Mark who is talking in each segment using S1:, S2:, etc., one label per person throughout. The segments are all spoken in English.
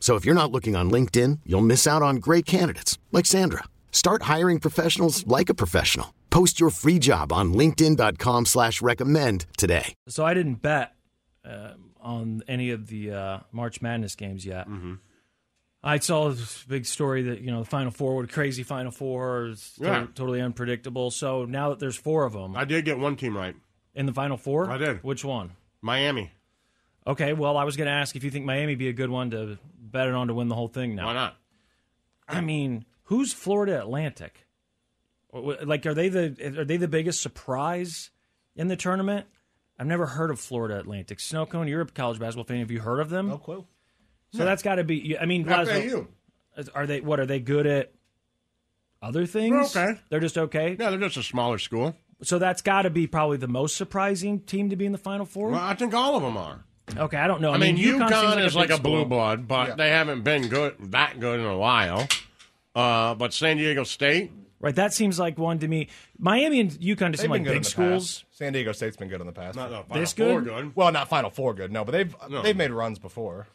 S1: So if you're not looking on LinkedIn, you'll miss out on great candidates like Sandra. Start hiring professionals like a professional. Post your free job on linkedin.com/recommend slash recommend today.
S2: So I didn't bet uh, on any of the uh, March Madness games yet.
S3: Mm-hmm.
S2: I saw this big story that you know the Final Four were crazy. Final Four is to-
S3: Yeah.
S2: totally unpredictable. So now that there's four of them
S3: I did get one team right.
S2: in the Final Four,
S3: I did.
S2: Which one?
S3: Miami.
S2: Okay, well, I was going to ask if you think Miami be a good one to bet it on to win the whole thing. Now,
S3: Why not?
S2: I mean, who's Florida Atlantic? Wh- wh- Like, are they the are they the biggest surprise in the tournament? I've never heard of Florida Atlantic. Snow Cone, you're a college basketball fan. Have you heard of them?
S4: No clue.
S2: So that's got to be. I mean,
S3: How
S2: Lazo,
S3: about you?
S2: are they what are they good at? Other things?
S3: okay.
S2: They're just okay.
S3: Yeah, they're just a smaller school.
S2: So that's got to be probably the most surprising team to be in the Final Four.
S3: Well, I think all of them are.
S2: okay, I don't know.
S3: I mean,
S2: UConn
S3: UConn,
S2: seems
S3: is like
S2: big
S3: a blue
S2: school.
S3: blood, but they haven't been good that good in a while. Uh, but San Diego State,
S2: Right, that seems like one to me. Miami and UConn just seem like
S4: good in
S2: big
S4: the
S2: schools.
S4: Past. San Diego State's been good in the past.
S3: not the Final
S2: This
S3: uh, Four
S2: good?
S3: good.
S4: Well, not Final Four good, no, but they've
S3: No.
S4: they've made runs before.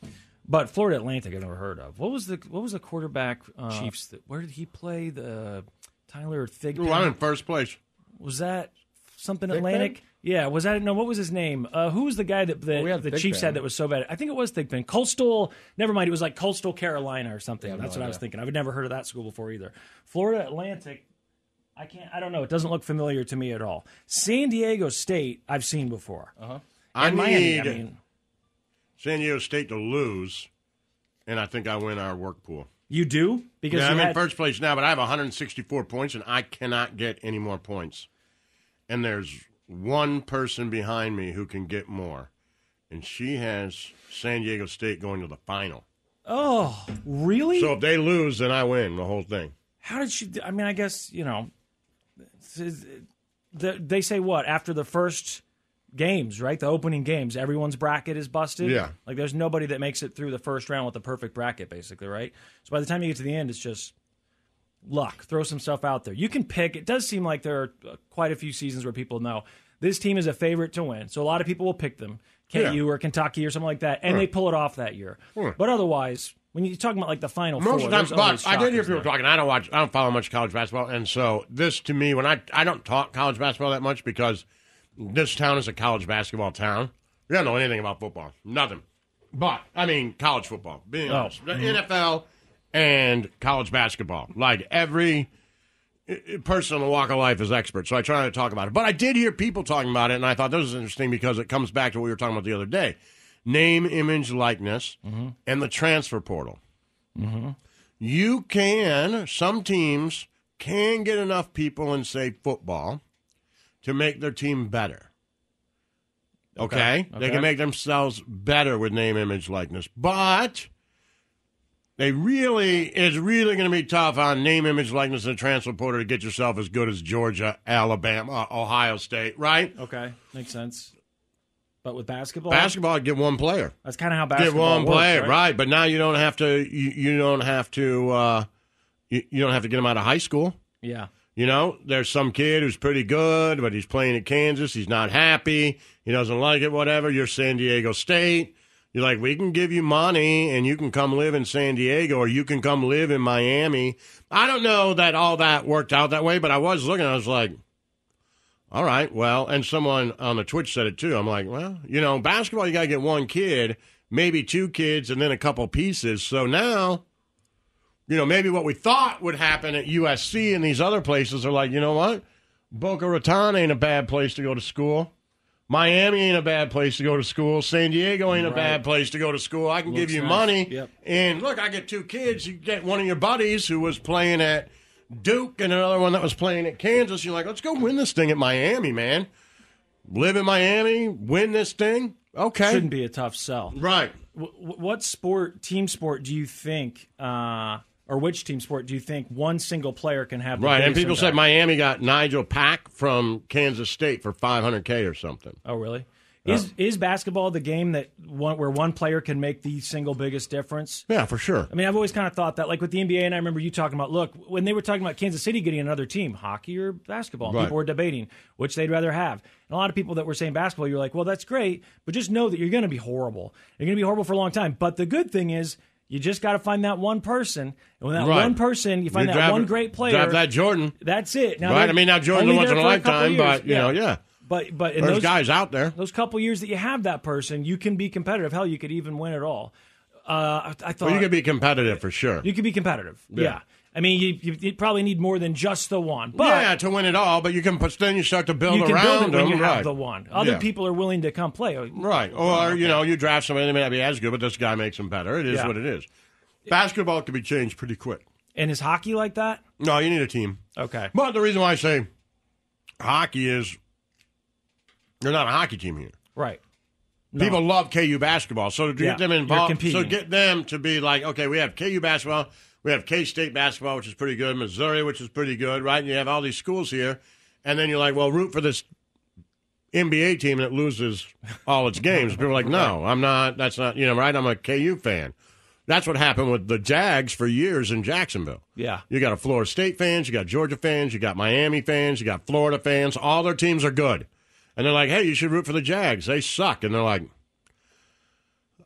S2: But Florida Atlantic, I've never heard of. What was the what was the quarterback uh, Chiefs? That, where did he play? The Tyler Thigpen.
S3: Ooh, I'm in first place.
S2: was that something
S4: Thigpen?
S2: Atlantic? Yeah, was that no? What was his name? Uh, who was the guy that,
S3: Oh,
S2: that
S4: we had
S2: the
S4: Thigpen.
S2: Chiefs had that was so bad? I think it was Thigpen. Coastal. Never mind. It was like Coastal Carolina or something. That's what I was thinking. I've never heard of that school before either. Florida Atlantic. I can't. I don't know. It doesn't look familiar to me at all. San Diego State. I've seen before.
S3: I
S2: and
S3: need
S2: Miami. I mean,
S3: San Diego State to lose, and I think I win our work pool.
S2: you do because
S3: Yeah,
S2: you
S3: I'm in
S2: had-
S3: first place now, but I have 164 points, and I cannot get any more points. And there's one person behind me who can get more, and she has San Diego State going to the final.
S2: Oh, really?
S3: So if they lose, then I win the whole thing.
S2: How did she? I mean, I guess you know. the- They say what after the first games, right? The opening games, everyone's bracket is busted.
S3: Yeah.
S2: like there's nobody that makes it through the first round with the perfect bracket, basically, right? So by the time you get to the end, it's just luck. Throw some stuff out there. You can pick. It does seem like there are uh, quite a few seasons where people know this team is a favorite to win, so a lot of people will pick them, KU
S3: Yeah.
S2: or Kentucky or something like that, and they pull it off that year. But otherwise, when you're talking about like the final
S3: Most
S2: four,
S3: of the time,
S2: there's always
S3: but I did hear
S2: shockers
S3: people
S2: there.
S3: talking. I don't watch, I don't follow much college basketball, and so this to me, when I I don't talk college basketball that much because this town is a college basketball town. We don't know anything about football, nothing. But I mean, college football,
S2: Oh.
S3: being honest,
S2: Mm-hmm.
S3: the NFL and college basketball. Like every i- i- person in the walk of life is expert, so I try not to talk about it. But I did hear people talking about it, and I thought this is interesting because it comes back to what we were talking about the other day: name, image, likeness,
S2: Mm-hmm.
S3: and the transfer portal you can some teams can get enough people in say football to make their team better okay, they can make themselves better with name image likeness but they really it's really going to be tough on name image likeness and transfer portal to get yourself as good as georgia alabama ohio state right
S2: Okay, makes sense. But with basketball,
S3: basketball get one player
S2: that's kind of how
S3: get
S2: basketball
S3: one
S2: works,
S3: player
S2: right?
S3: right? but now you don't have to you, you don't have to uh you, you don't have to get them out of high school
S2: Yeah,
S3: You know, there's some kid who's pretty good, but he's playing at Kansas. He's not happy. He doesn't like it, whatever. You're San Diego State. You're like, we can give you money and you can come live in San Diego or you can come live in Miami. I don't know that all that worked out that way, but I was looking. I was like, all right, well, and someone on the Twitch said it too. I'm like, well, you know, basketball, you got to get one kid, maybe two kids, and then a couple pieces. So now you know, maybe what we thought would happen at USC and these other places are like, you know what? Boca Raton ain't a bad place to go to school. Miami ain't a bad place to go to school. San Diego ain't a bad place to go to school. I can give
S2: Looks
S3: you
S2: nice.
S3: money.
S2: Yep.
S3: And look, I get two kids. You get one of your buddies who was playing at Duke and another one that was playing at Kansas. You're like, let's go win this thing at Miami, man. Live in Miami, win this thing. Okay.
S2: Shouldn't be a tough sell.
S3: Right.
S2: Wh- wh- what sport, team sport, do you think, uh, or which team sport do you think one single player can have? The
S3: Right. And
S2: biggest
S3: people said
S2: impact?
S3: Miami got Nigel Pack from Kansas State for 500K or something.
S2: Oh, really? Is is basketball the game that one, where one player can make the single biggest difference?
S3: Yeah, for sure.
S2: I mean, I've always kind of thought that, like with the NBA, and I remember you talking about. Look, when they were talking about Kansas City getting another team, hockey or basketball,
S3: Right.
S2: people were debating which they'd rather have. And a lot of people that were saying basketball, you're like, well, that's great, but just know that you're going to be horrible. You're going to be horrible for a long time. But the good thing is, you just got to find that one person, and when that
S3: Right.
S2: one person, you find that
S3: draft-
S2: one great player.
S3: Draft that Jordan.
S2: that's it. Now
S3: Right,
S2: they're
S3: I mean, now Jordan's
S2: only
S3: once
S2: there
S3: in a
S2: for couple
S3: lifetime,
S2: years.
S3: but, you know, yeah.
S2: But but in
S3: There's
S2: those
S3: guys out there.
S2: those couple years that you have that person, you can be competitive. Hell, you could even win it all. Uh, I, I thought
S3: Well, you could be competitive for sure.
S2: you could be competitive. Yeah. I mean, you, you, you probably need more than just the one, but
S3: yeah, to win it all, but you can put- then you start to build
S2: you can build
S3: around
S2: it when
S3: them,
S2: you
S3: right?
S2: have the one. Other
S3: Yeah.
S2: people are willing to come play.
S3: Right. Or, you know, you draft somebody that may not be as good, but this guy makes them better. It is
S2: Yeah.
S3: what it is. Basketball can be changed pretty quick.
S2: And is hockey like that?
S3: No, you need a team.
S2: Okay.
S3: But the reason why I say hockey is you're not a hockey team here.
S2: Right.
S3: People love KU basketball, so to
S2: Yeah,
S3: get them
S2: you're
S3: involved, so
S2: competing.
S3: get them to be like, okay, we have KU basketball, we have K State basketball, which is pretty good, Missouri, which is pretty good, right? And you have all these schools here, and then you're like, well, root for this NBA team that loses all its games. People are like, no, I'm not. That's not you know, right? I'm a KU fan. That's what happened with the Jags for years in Jacksonville.
S2: Yeah.
S3: You got a Florida State fans, you got Georgia fans, you got Miami fans, you got Florida fans. All their teams are good. And they're like, hey, you should root for the Jags. They suck. And they're like,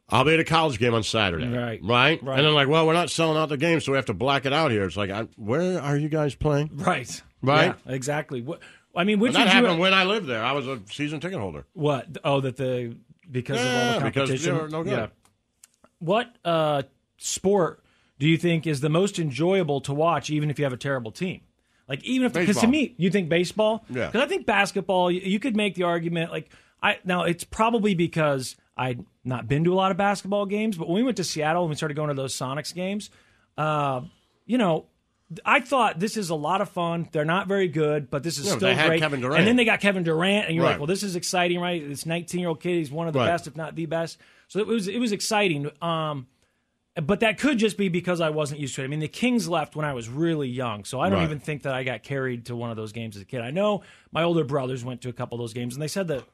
S3: I'll be at a college game on Saturday.
S2: Right.
S3: Right?
S2: Right.
S3: And they're like, well, we're not selling out the game, so we have to black it out here. It's like, I, where are you guys playing?
S2: Right.
S3: Right.
S2: Yeah, exactly. What I mean, which
S3: And that
S2: would you-
S3: happened when I lived there. I was a season ticket holder.
S2: what? Oh, that the because of all
S3: Yeah,
S2: the
S3: because they
S2: competition.
S3: were no good.
S2: What uh, sport do you think is the most enjoyable to watch, even if you have a terrible team? Like even if because to
S3: Baseball.
S2: me you think baseball,
S3: Yeah.
S2: Because I think basketball, you, you could make the argument like I now it's probably because I'd not been to a lot of basketball games, but when we went to Seattle and we started going to those Sonics games, uh, you know. th- I thought this is a lot of fun. They're not very good, but this is
S3: Yeah, but
S2: still
S3: they had
S2: great.
S3: Kevin Durant.
S2: And then they got Kevin Durant, and you're
S3: Right.
S2: like, well, this is exciting, right? This 19 year old kid, he's one of the
S3: Right.
S2: best, if not the best. So it was it was exciting. Um, but that could just be because I wasn't used to it. I mean, the Kings left when I was really young, so I don't
S3: Right.
S2: even think that I got carried to one of those games as a kid. I know my older brothers went to a couple of those games, and they said that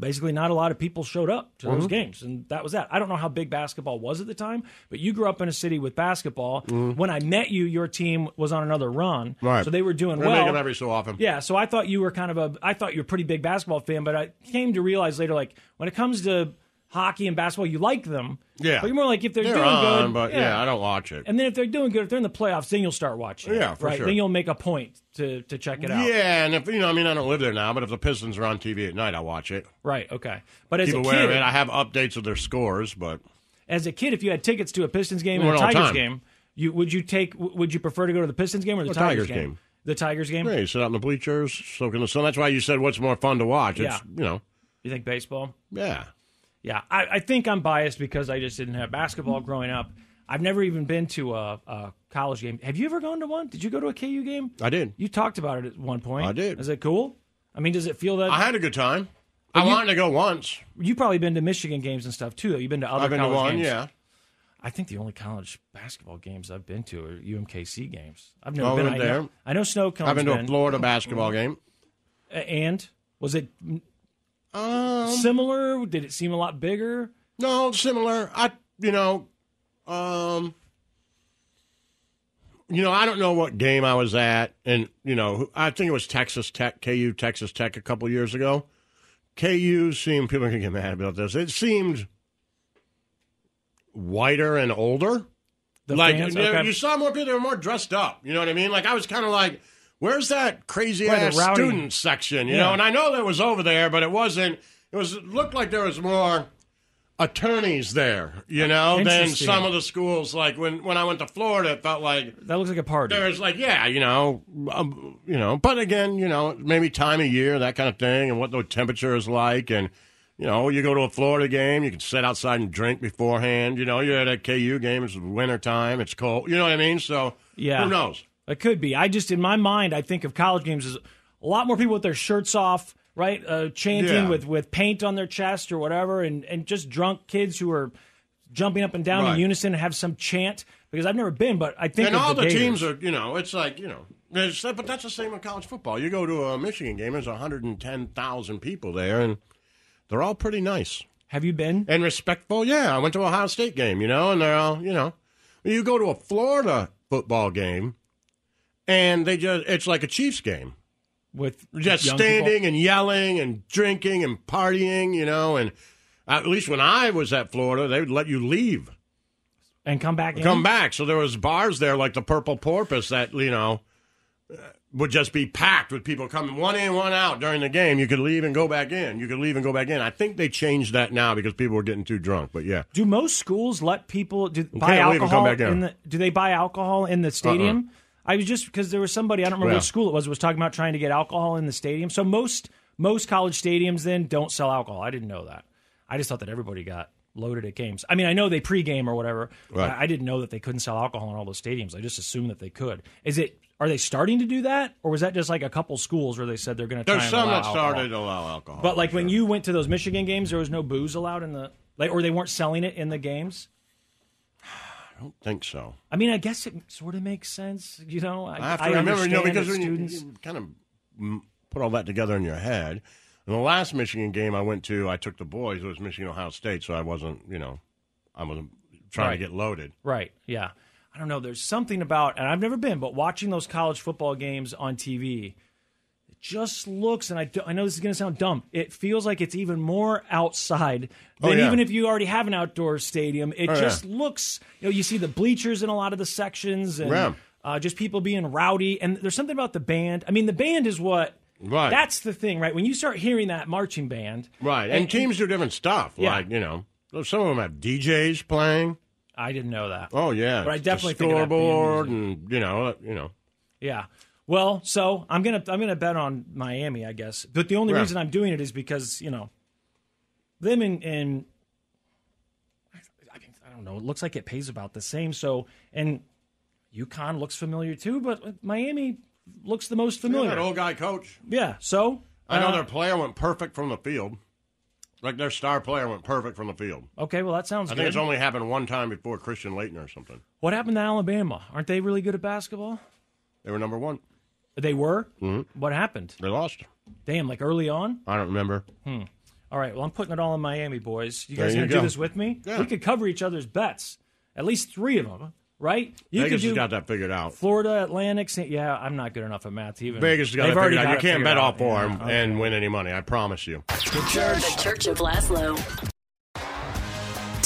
S2: basically not a lot of people showed up to
S3: Mm-hmm.
S2: those games, and that was that. I don't know how big basketball was at the time, but you grew up in a city with basketball. When I met you, your team was on another run,
S3: Mm-hmm. Right.
S2: so they were doing
S3: They make
S2: well.
S3: them every so often.
S2: Yeah, so I thought you were kind of a I thought you were a pretty big basketball fan, but I came to realize later like when it comes to hockey and basketball, you like them.
S3: Yeah.
S2: But you're more like if they're,
S3: They're
S2: doing
S3: on,
S2: good.
S3: but yeah. I don't watch it.
S2: And then if they're doing good, if they're in the playoffs, then you'll start watching. it,
S3: Yeah, for
S2: right.
S3: sure.
S2: Then you'll make a point to to check it out.
S3: Yeah, and if you know, I mean, I don't live there now, but if the Pistons are on TV at night, I watch it.
S2: Right. Okay. But as
S3: Keep
S2: a
S3: aware
S2: kid,
S3: of it. I have updates of their scores, but
S2: as a kid, if you had tickets to a Pistons game and
S3: We're
S2: a
S3: all
S2: Tigers
S3: time.
S2: game, you would you take? Would you prefer to go to the Pistons game or the
S3: Or
S2: Tigers,
S3: Tigers game.
S2: The Tigers game.
S3: hey, you sit out in the bleachers, soaking the sun. That's why you said what's more fun to watch. It's
S2: Yeah.
S3: you know,
S2: You think baseball?
S3: yeah.
S2: Yeah, I, I think I'm biased because I just didn't have basketball growing up. I've never even been to a, a college game. Have you ever gone to one? Did you go to a KU game?
S3: I did.
S2: You talked about it at one point.
S3: I did.
S2: Is it cool? I mean, does it feel that
S3: I had a good time. I wanted to go once.
S2: you've probably been to Michigan games and stuff too? Though you've been to other
S3: I've been to
S2: college
S3: one.
S2: games.
S3: Yeah.
S2: I think the only college basketball games I've been to are UMKC games. I've never
S3: Oh,
S2: been
S3: we went
S2: I know-
S3: there.
S2: I know snow cones.
S3: I've been to a Florida basketball game.
S2: And was it
S3: Um,
S2: similar? Did it seem a lot bigger?
S3: no, similar. I you know, um, you know, I don't know what game I was at, and you know, who- I think it was Texas Tech, KU, Texas Tech, a couple years ago. KU seemed people are gonna get mad about this. It seemed whiter and older.
S2: The
S3: like
S2: fans?
S3: you,
S2: Okay.
S3: you saw more people that were more dressed up. You know what I mean? Like I was kind of like, where's that crazy
S2: Right, the
S3: ass
S2: rowdy-
S3: student section? You
S2: Yeah.
S3: know? And I know that was over there, but it wasn't. It was it looked like there was more attorneys there, you know, than
S2: Interesting.
S3: some of the schools. Like when, when I went to Florida, it felt like
S2: That looks like a party.
S3: there's like, yeah, you know, um, you know, but again, you know, maybe time of year, that kind of thing, and what the temperature is like, and you know, you go to a Florida game, you can sit outside and drink beforehand. You know, you're at a KU game, it's winter time, it's cold. You know what I mean? So
S2: Yeah.
S3: who knows?
S2: It could be. I just, in my mind, I think of college games as a lot more people with their shirts off, right? Uh, chanting
S3: Yeah.
S2: with, with paint on their chest or whatever, and, and just drunk kids who are jumping up and down
S3: Right.
S2: in unison and have some chant. Because I've never been, but I think
S3: and
S2: of
S3: all
S2: the,
S3: the,
S2: Gators.
S3: teams are, you know, it's like, you know, there's, but that's the same with college football. You go to a Michigan game, there's 110,0and people there, and they're all pretty nice.
S2: Have you been?
S3: and respectful. Yeah, I went to a Ohio State game, you know, and they're all, you know, you go to a Florida football game, and they just—it's like a Chiefs game,
S2: with
S3: just
S2: young
S3: standing
S2: people?
S3: and yelling and drinking and partying, you know. And at least when I was at Florida, they would let you leave,
S2: and come back.
S3: come
S2: in?
S3: back. So there was bars there like the Purple Porpoise that you know uh, would just be packed with people coming one in, one out during the game. You could leave and go back in. You could leave and go back in. I think they changed that now because people were getting too drunk. But yeah.
S2: Do most schools let people do, buy
S3: can't leave and
S2: alcohol
S3: come back in.
S2: in the? Do they buy alcohol in the stadium? I was just because there was somebody I don't remember
S3: Yeah.
S2: which school it was was talking about trying to get alcohol in the stadium. So most most college stadiums then don't sell alcohol. I didn't know that. I just thought that everybody got loaded at games. I mean, I know they pregame or whatever. But
S3: Right.
S2: I didn't know that they couldn't sell alcohol in all those stadiums. I just assumed that they could. Is it? Are they starting to do that, or was that just like a couple schools where they said they're going to?
S3: There's
S2: try
S3: some
S2: and allow
S3: that
S2: alcohol?
S3: started to allow alcohol.
S2: But like when you went to those Michigan games, there was no booze allowed in the like, or they weren't selling it in the games.
S3: I don't think so.
S2: I mean, I guess it sort of makes sense, you know. I,
S3: I have to
S2: I
S3: remember, you know,
S2: understand
S3: because
S2: that
S3: when you,
S2: students.
S3: you kind of mm, put all that together in your head. And the last Michigan game I went to, I took the boys. It was Michigan Ohio State, so I wasn't, you know, I wasn't trying
S2: Right.
S3: to get loaded.
S2: Right. Yeah. I don't know. There's something about, and I've never been, but watching those college football games on TV, it just looks, and I, do- I know this is going to sound dumb, it feels like it's even more outside
S3: Oh,
S2: than
S3: yeah.
S2: even if you already have an outdoor stadium. It
S3: Oh, yeah.
S2: just looks, you know, you see the bleachers in a lot of the sections and
S3: Yeah.
S2: uh, just people being rowdy. And there's something about the band. I mean, the band is what.
S3: Right.
S2: That's the thing, right? When you start hearing that marching band,
S3: Right, and, teams do different stuff.
S2: Yeah.
S3: Like you know, some of them have DJs playing.
S2: I didn't know that.
S3: Oh yeah,
S2: But I
S3: it's
S2: definitely
S3: the
S2: think of that being
S3: scoreboard and you know, you know.
S2: Yeah. Well, so I'm gonna I'm gonna bet on Miami, I guess. But the only
S3: Yeah.
S2: reason I'm doing it is because you know them and and I, mean, I don't know. It looks like it pays about the same. So and UConn looks familiar too, but Miami looks the most familiar.
S3: That old guy coach.
S2: Yeah. So
S3: I know
S2: uh,
S3: their player went perfect from the field. Like their star player went perfect from the field.
S2: okay. Well, that sounds
S3: I think
S2: good.
S3: it's only happened one time before Christian Leighton or something.
S2: what happened to Alabama? Aren't they really good at basketball?
S3: They were number one.
S2: They were.
S3: Mm-hmm.
S2: What happened?
S3: They lost.
S2: Damn! Like early on.
S3: I don't remember.
S2: All right. Well, I'm putting it all in Miami, boys. You guys
S3: There
S2: gonna
S3: you
S2: do
S3: go.
S2: this with me?
S3: Yeah.
S2: We could cover each other's bets. At least three of them, right? You
S3: Vegas
S2: could
S3: has
S2: do
S3: got that figured out.
S2: Florida, Atlantic. St- yeah, I'm not good enough at math even.
S3: Vegas has got
S2: They've
S3: that
S2: already
S3: figured out.
S2: got
S3: You
S2: it
S3: can't
S2: figured
S3: bet
S2: out.
S3: all four
S2: Yeah,
S3: and,
S2: okay.
S3: and win any money. I promise you.
S5: The Church of Laszlo.